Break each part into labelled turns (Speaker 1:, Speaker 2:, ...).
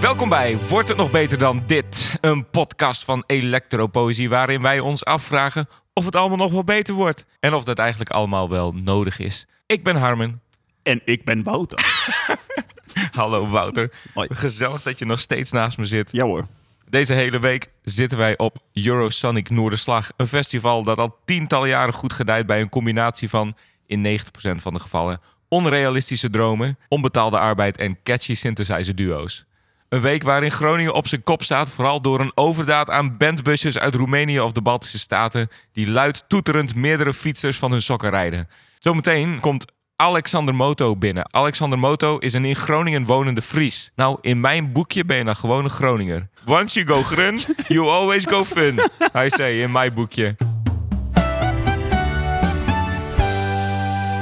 Speaker 1: Welkom bij Wordt het nog beter dan dit? Een podcast van Electropoëzie waarin wij ons afvragen of het allemaal nog wel beter wordt. En of dat eigenlijk allemaal wel nodig is. Ik ben Harmen.
Speaker 2: En ik ben Wouter.
Speaker 1: Hallo Wouter.
Speaker 2: Hoi.
Speaker 1: Gezellig dat je nog steeds naast me zit.
Speaker 2: Ja hoor.
Speaker 1: Deze hele week zitten wij op Eurosonic Noorderslag. Een festival dat al tientallen jaren goed gedijt bij een combinatie van, in 90% van de gevallen, onrealistische dromen, onbetaalde arbeid en catchy synthesizer duo's. Een week waarin Groningen op zijn kop staat, vooral door een overdaad aan bandbusjes uit Roemenië of de Baltische Staten, die luid toeterend meerdere fietsers van hun sokken rijden. Zometeen komt Alexander Moto binnen. Alexander Moto is een in Groningen wonende Fries. Nou, in mijn boekje ben je nou gewoon een Groninger. Once you go grun, you always go fun. Hij zei in mijn boekje.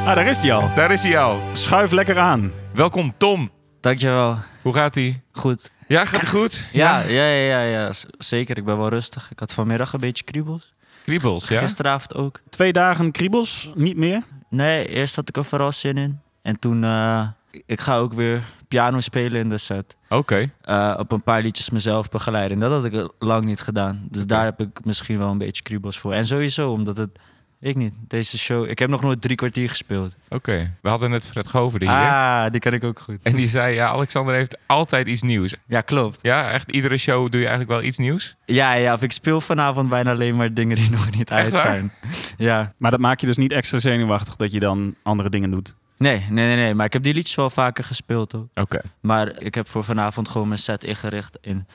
Speaker 2: Ah, daar is hij al.
Speaker 1: Daar is hij al.
Speaker 2: Schuif lekker aan.
Speaker 1: Welkom Tom.
Speaker 3: Dankjewel.
Speaker 1: Hoe gaat ie?
Speaker 3: Goed.
Speaker 1: Ja, gaat het goed?
Speaker 3: Ja, ja, ja, ja, ja, z- zeker. Ik ben wel rustig. Ik had vanmiddag een beetje kriebels.
Speaker 1: Kriebels, ja?
Speaker 3: Gisteravond ook.
Speaker 2: Twee dagen kriebels, niet meer.
Speaker 3: Nee, eerst had ik er vooral zin in. En toen, eh, ik ga ook weer piano spelen in de set.
Speaker 1: Oké.
Speaker 3: Eh, op een paar liedjes mezelf begeleiden. En dat had ik lang niet gedaan. Dus daar heb ik misschien wel een beetje kriebels voor. En sowieso, omdat het... Ik niet. Deze show... Ik heb nog nooit drie kwartier gespeeld.
Speaker 1: Oké. We hadden net Fred Gover hier.
Speaker 3: Ah, die kan ik ook goed.
Speaker 1: En die zei, ja, Alexander heeft altijd iets nieuws.
Speaker 3: Ja, klopt.
Speaker 1: Ja, echt iedere show doe je eigenlijk wel iets nieuws.
Speaker 3: Ja, ja, of ik speel vanavond bijna alleen maar dingen die nog niet
Speaker 1: Echt
Speaker 3: uit
Speaker 1: waar?
Speaker 3: zijn. Ja.
Speaker 2: Maar dat maakt je dus niet extra zenuwachtig dat je dan andere dingen doet.
Speaker 3: Nee, nee, nee, nee. Maar ik heb die liedjes wel vaker gespeeld ook.
Speaker 1: Oké.
Speaker 3: Maar ik heb voor vanavond gewoon mijn set ingericht in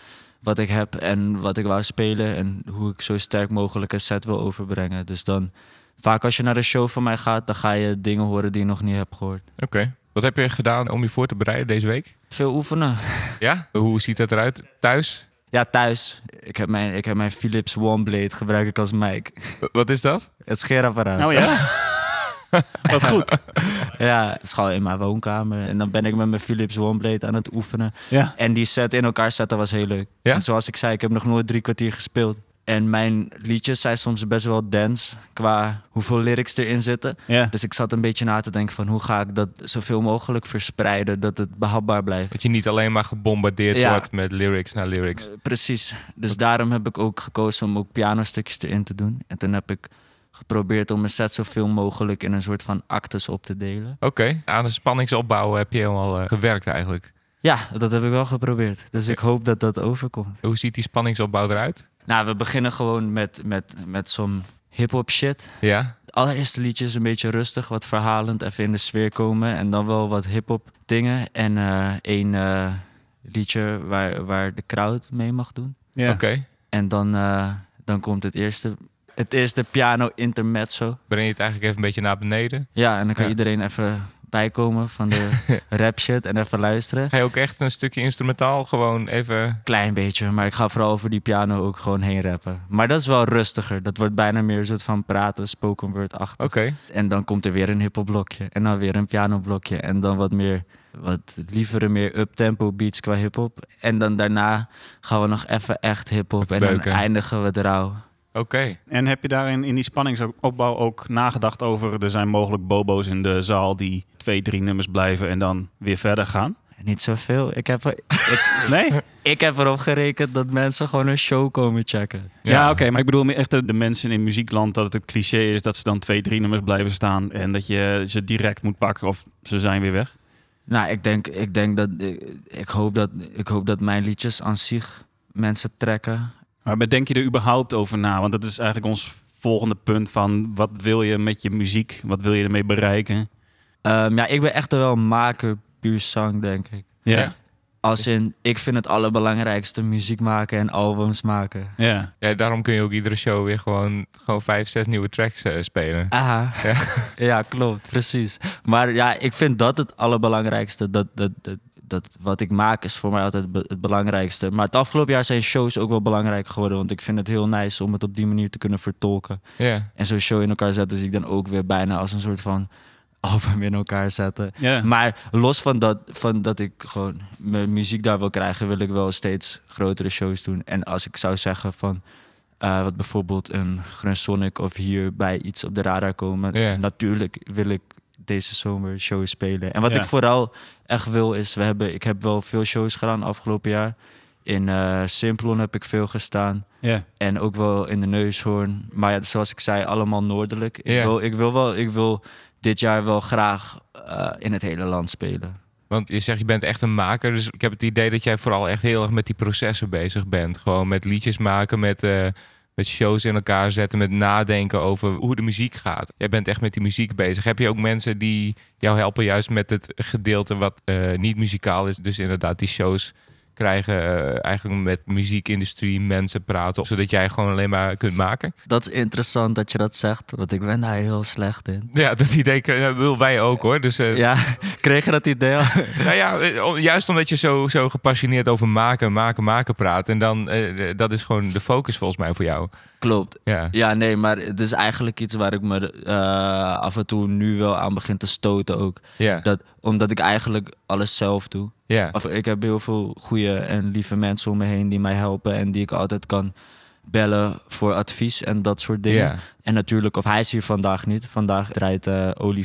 Speaker 3: wat ik heb en wat ik wou spelen. En hoe ik zo sterk mogelijk een set wil overbrengen. Dus dan, vaak als je naar een show van mij gaat, dan ga je dingen horen die je nog niet hebt gehoord.
Speaker 1: Oké. Wat heb je gedaan om je voor te bereiden deze week?
Speaker 3: Veel oefenen.
Speaker 1: Ja? Hoe ziet dat eruit thuis?
Speaker 3: Ja, thuis. Ik heb mijn, ik heb mijn Philips OneBlade, gebruik ik als mic.
Speaker 1: W- Wat is dat?
Speaker 3: Het scheerapparaat.
Speaker 2: Nou ja. Wat goed.
Speaker 3: Ja, het is gewoon in mijn woonkamer. En dan ben ik met mijn Philips OneBlade aan het oefenen.
Speaker 2: Ja.
Speaker 3: En die set in elkaar zetten was heel leuk.
Speaker 1: Ja?
Speaker 3: En zoals ik zei, ik heb nog nooit drie kwartier gespeeld. En mijn liedjes zijn soms best wel dance qua hoeveel lyrics erin zitten.
Speaker 2: ja.
Speaker 3: Dus ik zat een beetje na te denken van hoe ga ik dat zoveel mogelijk verspreiden, dat het behapbaar blijft.
Speaker 1: Dat je niet alleen maar gebombardeerd
Speaker 3: Ja.
Speaker 1: wordt met lyrics na lyrics.
Speaker 3: Eh, Precies. Dus daarom heb ik ook gekozen om ook pianostukjes erin te doen. En toen heb ik geprobeerd om mijn set zoveel mogelijk in een soort van actes op te delen.
Speaker 1: Oké. Aan de spanningsopbouw heb je helemaal eh, gewerkt eigenlijk.
Speaker 3: Ja, dat heb ik wel geprobeerd. Dus ik hoop dat dat overkomt.
Speaker 1: Hoe ziet die spanningsopbouw eruit?
Speaker 3: Nou, we beginnen gewoon met, met, met zo'n hip-hop shit.
Speaker 1: Ja?
Speaker 3: Het allereerste liedje is een beetje rustig, wat verhalend, even in de sfeer komen. En dan wel wat hip-hop dingen. En eh één eh, liedje waar, waar de crowd mee mag doen.
Speaker 2: ja.
Speaker 1: Oké.
Speaker 3: En dan, eh, dan komt het eerste, het eerste piano intermezzo.
Speaker 1: Breng je het eigenlijk even een beetje naar beneden.
Speaker 3: Ja, en dan kan
Speaker 1: Ja.
Speaker 3: iedereen even bijkomen van de rap shit en even luisteren.
Speaker 1: Ga je ook echt een stukje instrumentaal gewoon even...
Speaker 3: Klein beetje, maar ik ga vooral over die piano ook gewoon heen rappen. Maar dat is wel rustiger. Dat wordt bijna meer een soort van praten, spoken word-achtig.
Speaker 1: Oké.
Speaker 3: En dan komt er weer een hippoblokje. En dan weer een pianoblokje. En dan wat meer, wat lievere, meer up-tempo beats qua hip-hop. En dan daarna gaan we nog even echt hip-hop.
Speaker 1: Even
Speaker 3: En dan
Speaker 1: beuken.
Speaker 3: eindigen we rauw.
Speaker 1: Oké.
Speaker 2: En heb je daarin in die spanningsopbouw ook nagedacht over... er zijn mogelijk bobo's in de zaal die twee, drie nummers blijven en dan weer verder gaan?
Speaker 3: Niet zoveel. Ik heb, er- ik,
Speaker 2: Nee?
Speaker 3: ik heb erop gerekend dat mensen gewoon een show komen checken.
Speaker 2: Ja, oké, maar ik bedoel meer echt de, de mensen in muziekland dat het een cliché is dat ze dan twee, drie nummers blijven staan en dat je ze direct moet pakken of ze zijn weer weg.
Speaker 3: Nou, ik denk, ik denk dat, ik, ik hoop dat, ik hoop dat mijn liedjes aan zich mensen trekken.
Speaker 2: Maar bedenk je er überhaupt over na? Want dat is eigenlijk ons volgende punt van wat wil je met je muziek? Wat wil je ermee bereiken?
Speaker 3: Ehm, ja, ik ben echt wel een maker, puur zang, denk ik.
Speaker 1: Ja.
Speaker 2: Ja,
Speaker 3: Als in, ik vind het allerbelangrijkste muziek maken en albums maken.
Speaker 2: ja.
Speaker 1: Ja, daarom kun je ook iedere show weer gewoon, gewoon vijf, zes nieuwe tracks eh, spelen.
Speaker 3: Aha.
Speaker 1: Ja.
Speaker 3: Ja. klopt, precies. Maar ja, ik vind dat het allerbelangrijkste. Dat, dat, dat, dat wat ik maak is voor mij altijd be- het belangrijkste. Maar het afgelopen jaar zijn shows ook wel belangrijk geworden. Want ik vind het heel nice om het op die manier te kunnen vertolken.
Speaker 1: Ja.
Speaker 3: En zo'n show in elkaar zetten zie ik dan ook weer bijna als een soort van album in elkaar zetten.
Speaker 2: ja.
Speaker 3: Maar los van dat, van dat ik gewoon mijn muziek daar wil krijgen, wil ik wel steeds grotere shows doen. En als ik zou zeggen van eh, wat bijvoorbeeld een Grun Sonic of hier bij iets op de radar komen,
Speaker 1: Ja.
Speaker 3: natuurlijk wil ik deze zomer shows spelen. En wat
Speaker 2: Ja.
Speaker 3: ik vooral echt wil is, we hebben, ik heb wel veel shows gedaan afgelopen jaar. In eh, Simplon heb ik veel gestaan.
Speaker 2: Ja.
Speaker 3: En ook wel in de neushoorn. Maar ja, zoals ik zei, allemaal noordelijk. Ik,
Speaker 1: Ja.
Speaker 3: wil, ik, wil, wel, ik wil dit jaar wel graag eh, in het hele land spelen.
Speaker 1: Want je zegt, je bent echt een maker. Dus ik heb het idee dat jij vooral echt heel erg met die processen bezig bent. Gewoon met liedjes maken, met, eh, met shows in elkaar zetten, met nadenken over hoe de muziek gaat. Jij bent echt met die muziek bezig. Heb je ook mensen die jou helpen juist met het gedeelte wat eh, niet muzikaal is? Dus inderdaad, die shows krijgen eh, eigenlijk met muziekindustrie mensen praten, zodat jij gewoon alleen maar kunt maken.
Speaker 3: Dat is interessant dat je dat zegt, want ik ben daar heel slecht in.
Speaker 1: Ja, dat idee k- eh, wil wij ook hoor. Dus eh,
Speaker 3: Ja, kreeg je dat idee al?
Speaker 1: Nou ja, eh, om- juist omdat je zo, zo gepassioneerd over maken, maken, maken praat. En dan, eh, eh, dat is gewoon de focus volgens mij voor jou.
Speaker 3: Klopt.
Speaker 1: Ja.
Speaker 3: Ja, nee, maar het is eigenlijk iets waar ik me eh, af en toe nu wel aan begin te stoten ook.
Speaker 1: Ja.
Speaker 3: Dat, omdat ik eigenlijk alles zelf doe.
Speaker 1: ja.
Speaker 3: Of, ik heb heel veel goede en lieve mensen om me heen die mij helpen en die ik altijd kan bellen voor advies en dat soort dingen.
Speaker 1: Ja.
Speaker 3: En natuurlijk, of hij is hier vandaag niet. Vandaag draait eh Oli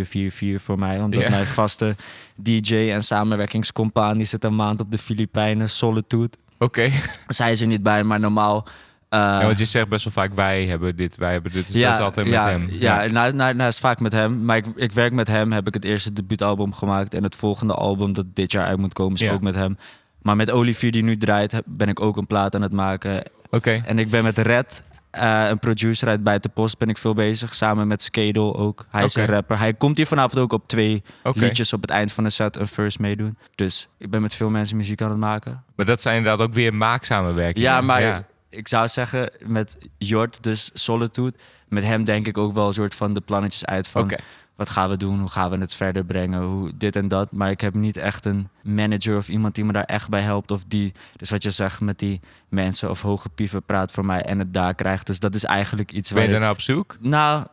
Speaker 3: 4444 voor mij. Omdat
Speaker 1: Ja.
Speaker 3: mijn vaste DJ en samenwerkingscompaan... die zit een maand op de Filipijnen, solitude.
Speaker 1: Oké.
Speaker 3: Zij is er niet bij, maar normaal... eh,
Speaker 1: Ja, want je zegt best wel vaak, wij hebben dit, wij hebben dit. Dus dat is altijd
Speaker 3: ja,
Speaker 1: met hem.
Speaker 3: Ja, nou, nou, nou is vaak met hem. Maar ik, ik werk met hem, heb ik het eerste debuutalbum gemaakt. En het volgende album dat dit jaar uit moet komen is
Speaker 1: Ja.
Speaker 3: ook met hem. Maar met Olivier die nu draait, heb- ben ik ook een plaat aan het maken.
Speaker 1: Oké.
Speaker 3: En ik ben met Red, eh, een producer uit Buitenpost, ben ik veel bezig. Samen met Skedel ook. Hij is
Speaker 1: Oké.
Speaker 3: een rapper. Hij komt hier vanavond ook op twee
Speaker 1: Oké.
Speaker 3: liedjes op het eind van de set een first meedoen. Dus ik ben met veel mensen muziek aan het maken.
Speaker 1: Maar dat zijn inderdaad ook weer maaksamenwerkingen.
Speaker 3: Ja, maar
Speaker 1: Ja.
Speaker 3: ik zou zeggen, met Jort, dus Solitude, met hem denk ik ook wel een soort van de plannetjes uit van
Speaker 1: Oké.
Speaker 3: wat gaan we doen, hoe gaan we het verder brengen, hoe dit en dat. Maar ik heb niet echt een manager of iemand die me daar echt bij helpt of die, dus wat je zegt, met die mensen of hoge pieven praat voor mij en het daar krijgt. Dus dat is eigenlijk iets
Speaker 1: Ben
Speaker 3: waar
Speaker 1: je
Speaker 3: ik-
Speaker 1: daar nou op zoek?
Speaker 3: nou,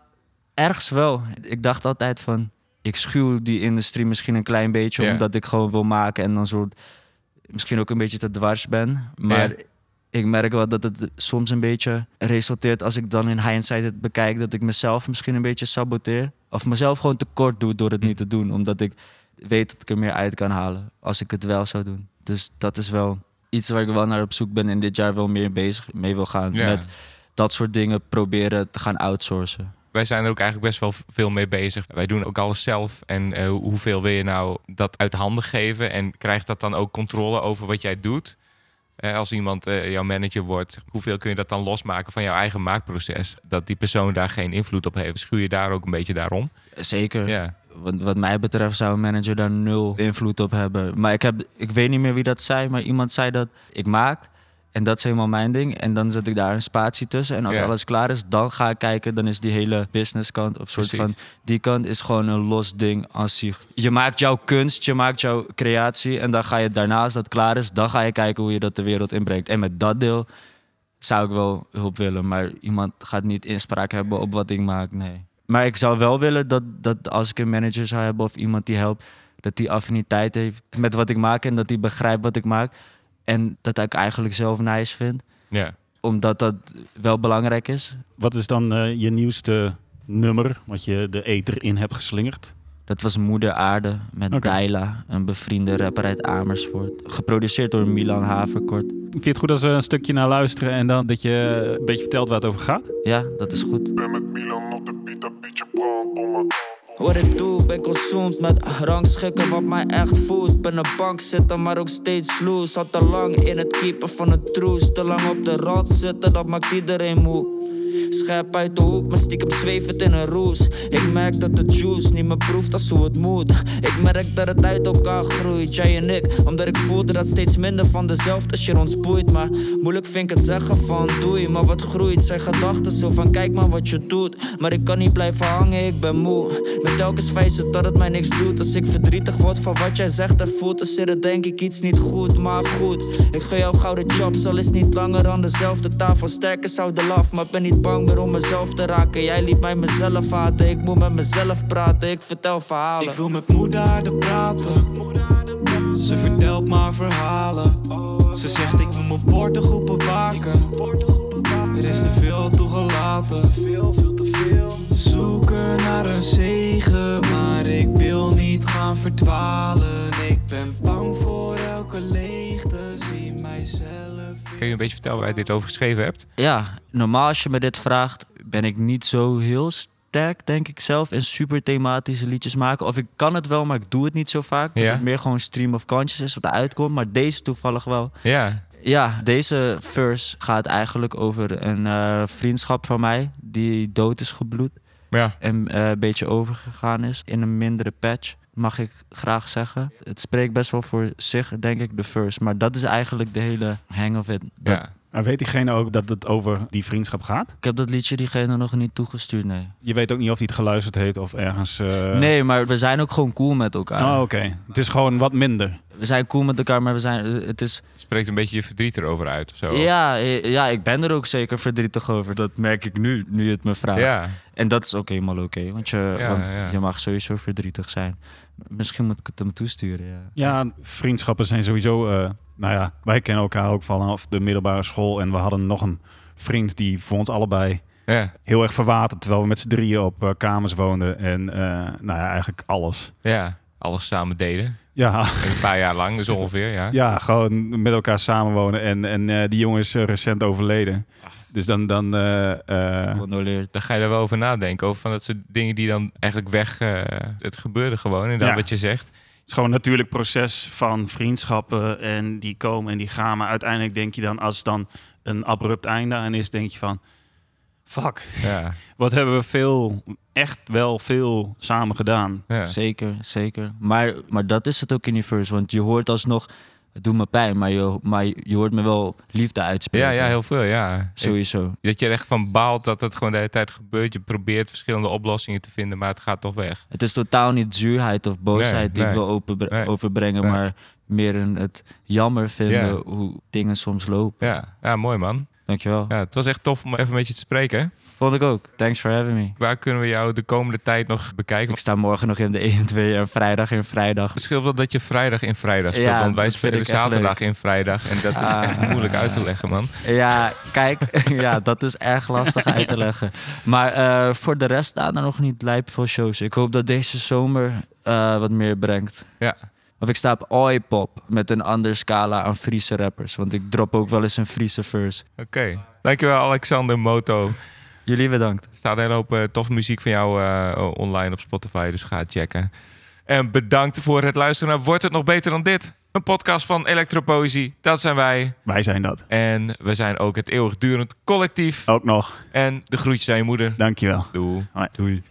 Speaker 3: ergens wel. Ik dacht altijd van, ik schuw die industrie misschien een klein beetje,
Speaker 1: Ja.
Speaker 3: omdat ik gewoon wil maken en dan soort misschien ook een beetje te dwars ben. Maar ik merk wel dat het soms een beetje resulteert als ik dan in hindsight het bekijk, dat ik mezelf misschien een beetje saboteer. Of mezelf gewoon tekort doe door het niet te doen, omdat ik weet dat ik er meer uit kan halen als ik het wel zou doen. Dus dat is wel iets waar ik wel naar op zoek ben en dit jaar wel meer bezig mee wil gaan
Speaker 1: Ja.
Speaker 3: met dat soort dingen proberen te gaan outsourcen.
Speaker 1: Wij zijn er ook eigenlijk best wel v- veel mee bezig. Wij doen ook alles zelf. En eh, hoeveel wil je nou dat uit handen geven? En krijgt dat dan ook controle over wat jij doet? Eh, als iemand eh, jouw manager wordt, hoeveel kun je dat dan losmaken van jouw eigen maakproces? Dat die persoon daar geen invloed op heeft. Schuur je daar ook een beetje daarom?
Speaker 3: Zeker.
Speaker 1: Ja,
Speaker 3: Want wat mij betreft zou een manager daar nul invloed op hebben. Maar ik, heb, ik weet niet meer wie dat zei, maar iemand zei dat ik maak en dat is helemaal mijn ding. En dan zet ik daar een spatie tussen. En als
Speaker 1: Ja.
Speaker 3: alles klaar is, dan ga ik kijken. Dan is die hele businesskant of soort
Speaker 1: Precies.
Speaker 3: van die kant is gewoon een los ding aan zich. Je maakt jouw kunst, je maakt jouw creatie en dan ga je daarna als dat klaar is, dan ga je kijken hoe je dat de wereld inbrengt. En met dat deel zou ik wel hulp willen, maar iemand gaat niet inspraak hebben op wat ik maak, nee. Maar ik zou wel willen dat, dat als ik een manager zou hebben of iemand die helpt, dat die affiniteit heeft met wat ik maak en dat die begrijpt wat ik maak. En dat ik eigenlijk zelf nice vind,
Speaker 1: ja.
Speaker 3: omdat dat wel belangrijk is.
Speaker 2: Wat is dan eh, je nieuwste nummer wat je de eter in hebt geslingerd?
Speaker 3: Dat was Moeder Aarde met
Speaker 2: Oké.
Speaker 3: Daila, een bevriende rapper uit Amersfoort. Geproduceerd door Milan Haverkort.
Speaker 2: Vind je het goed als we een stukje naar luisteren en dan dat je een beetje vertelt waar het over gaat?
Speaker 3: Ja, dat is goed.
Speaker 4: ben met Milan op de beat, dat beatje brandbommen.
Speaker 5: Hoor ik toe, ben consumed met rangschikken wat mij echt voedt. Ben een bank zitten, maar ook steeds loose. Zat te lang in het keeper van het troes. Te lang op de rand zitten, dat maakt iedereen moe. Scherp uit de hoek, maar stiekem zwevend in een roes. Ik merk dat de juice niet meer proeft als hoe het moet. Ik merk dat het uit elkaar groeit, jij en ik. Omdat ik voelde dat steeds minder van dezelfde shit ons boeit. Maar moeilijk vind ik het zeggen van doei. Maar wat groeit zijn gedachten zo van kijk maar wat je doet. Maar ik kan niet blijven hangen, ik ben moe. Met telkens wijzen dat het mij niks doet. Als ik verdrietig word van wat jij zegt en voelt, dan zit er denk ik iets niet goed. Maar goed, ik geef jou gouden chops, al is niet langer aan dezelfde tafel. Sterkers houden laf, maar ik ben niet bang meer om mezelf te raken. Jij liet mij mezelf haten, ik moet met mezelf praten, ik vertel verhalen.
Speaker 6: Ik wil met moeder aarde praten. Ze vertelt maar verhalen. Ze zegt ik moet mijn poorten goed bewaken. Er is te veel toegelaten. Ze Zoeken naar een zegen, maar verdwalen. Ik ben bang voor elke leegte, zie mijzelf.
Speaker 1: Kun je een beetje vertellen waar je dit over geschreven hebt?
Speaker 3: Ja, normaal als je me dit vraagt, ben ik niet zo heel sterk, denk ik zelf, in super thematische liedjes maken. Of ik kan het wel, maar ik doe het niet zo vaak. Dat
Speaker 1: Ja.
Speaker 3: het meer gewoon stream of conscious is wat eruit komt. Maar deze toevallig wel.
Speaker 1: Ja.
Speaker 3: Ja, deze verse gaat eigenlijk over een eh, vriendschap van mij die dood is gebloed
Speaker 1: Ja.
Speaker 3: en eh, een beetje overgegaan is in een mindere patch. Mag ik graag zeggen. Het spreekt best wel voor zich, denk ik, de verse. Maar dat is eigenlijk de hele hang of it. Dat-
Speaker 1: ja.
Speaker 2: En Nou, weet diegene ook dat het over die vriendschap gaat?
Speaker 3: Ik heb dat liedje diegene nog niet toegestuurd, nee.
Speaker 2: Je weet ook niet of hij het geluisterd heeft of ergens... eh,
Speaker 3: Nee, maar we zijn ook gewoon cool met elkaar.
Speaker 2: Oh, oké. Het is gewoon wat minder.
Speaker 3: We zijn cool met elkaar, maar we zijn, eh, het is...
Speaker 1: Spreekt een beetje je verdriet erover uit of zo.
Speaker 3: Ja, eh, ja, ik ben er ook zeker verdrietig over. Dat merk ik nu, nu je het me vraagt.
Speaker 1: Ja.
Speaker 3: En dat is ook helemaal oké, want, je,
Speaker 1: Ja,
Speaker 3: want
Speaker 1: ja.
Speaker 3: je mag sowieso verdrietig zijn. Misschien moet ik het hem toesturen, ja.
Speaker 2: Ja, vriendschappen zijn sowieso... eh, nou ja, wij kennen elkaar ook vanaf de middelbare school. En we hadden nog een vriend die voor ons allebei
Speaker 1: Ja.
Speaker 2: heel erg verwaterd. Terwijl we met z'n drieën op eh, kamers woonden. En eh, nou ja, eigenlijk alles.
Speaker 1: ja. Alles samen deden.
Speaker 2: Ja,
Speaker 1: Een paar jaar lang, dus ongeveer. Ja.
Speaker 2: ja gewoon met elkaar samenwonen. En, en eh, die jongen is eh, recent overleden. Dus dan... dan eh, eh,
Speaker 3: Condoleert.
Speaker 1: Dan ga je daar wel over nadenken. Over van dat soort dingen die dan eigenlijk weg. eh, het gebeurde gewoon. En dan
Speaker 2: Ja.
Speaker 1: wat je zegt.
Speaker 2: Het is gewoon een natuurlijk proces van vriendschappen en die komen en die gaan. Maar uiteindelijk denk je dan, als dan een abrupt einde aan is, denk je van... Fuck,
Speaker 1: Ja.
Speaker 2: wat hebben we veel, echt wel veel samen gedaan.
Speaker 1: ja.
Speaker 3: Zeker, zeker. Maar, maar dat is het ook in die verse, want je hoort alsnog... Het doet me pijn, maar je, maar je hoort me wel liefde uitspreken.
Speaker 1: Ja, ja, heel veel, ja.
Speaker 3: Sowieso.
Speaker 1: Dat je er echt van baalt dat het gewoon de hele tijd gebeurt. Je probeert verschillende oplossingen te vinden, maar het gaat toch weg.
Speaker 3: Het is totaal niet zuurheid of boosheid
Speaker 1: Nee,
Speaker 3: die ik
Speaker 1: nee,
Speaker 3: wil openbre-
Speaker 1: nee,
Speaker 3: overbrengen,
Speaker 1: nee.
Speaker 3: maar meer een, het jammer vinden
Speaker 1: Ja.
Speaker 3: hoe dingen soms lopen.
Speaker 1: Ja, ja mooi man.
Speaker 3: Dankjewel.
Speaker 1: Ja, het was echt tof om even met je te spreken.
Speaker 3: Vond ik ook. Thanks for having me.
Speaker 1: Waar kunnen we jou de komende tijd nog bekijken?
Speaker 3: Ik sta morgen nog in de 1 en 2 en vrijdag in vrijdag.
Speaker 1: Het scheelt wel dat je vrijdag in vrijdag speelt,
Speaker 3: Ja,
Speaker 1: want wij
Speaker 3: dat vind
Speaker 1: spelen
Speaker 3: ik echt
Speaker 1: zaterdag in vrijdag. En dat is
Speaker 3: Ah.
Speaker 1: echt moeilijk uit te leggen, man.
Speaker 3: Ja, kijk, ja, dat is erg lastig uit te leggen. Maar eh, voor de rest staan er nog niet lijp veel shows. Ik hoop dat deze zomer eh, wat meer brengt.
Speaker 1: Ja.
Speaker 3: Of ik sta op Oi Pop met een andere scala aan Friese rappers. Want ik drop ook wel eens een Friese verse.
Speaker 1: Oké. Dankjewel, Alexander Moto.
Speaker 3: Jullie bedankt.
Speaker 1: Er staat een hele hoop eh, toffe muziek van jou eh, online op Spotify, dus ga het checken. En bedankt voor het luisteren naar Wordt het nog beter dan dit? Een podcast van Electropoëzie. Dat zijn wij.
Speaker 2: Wij zijn dat.
Speaker 1: En we zijn ook
Speaker 2: Oh.
Speaker 1: het eeuwigdurend collectief.
Speaker 2: Ook nog,
Speaker 1: En de groetjes aan je moeder.
Speaker 2: dankjewel.
Speaker 1: Doei.
Speaker 2: Doei.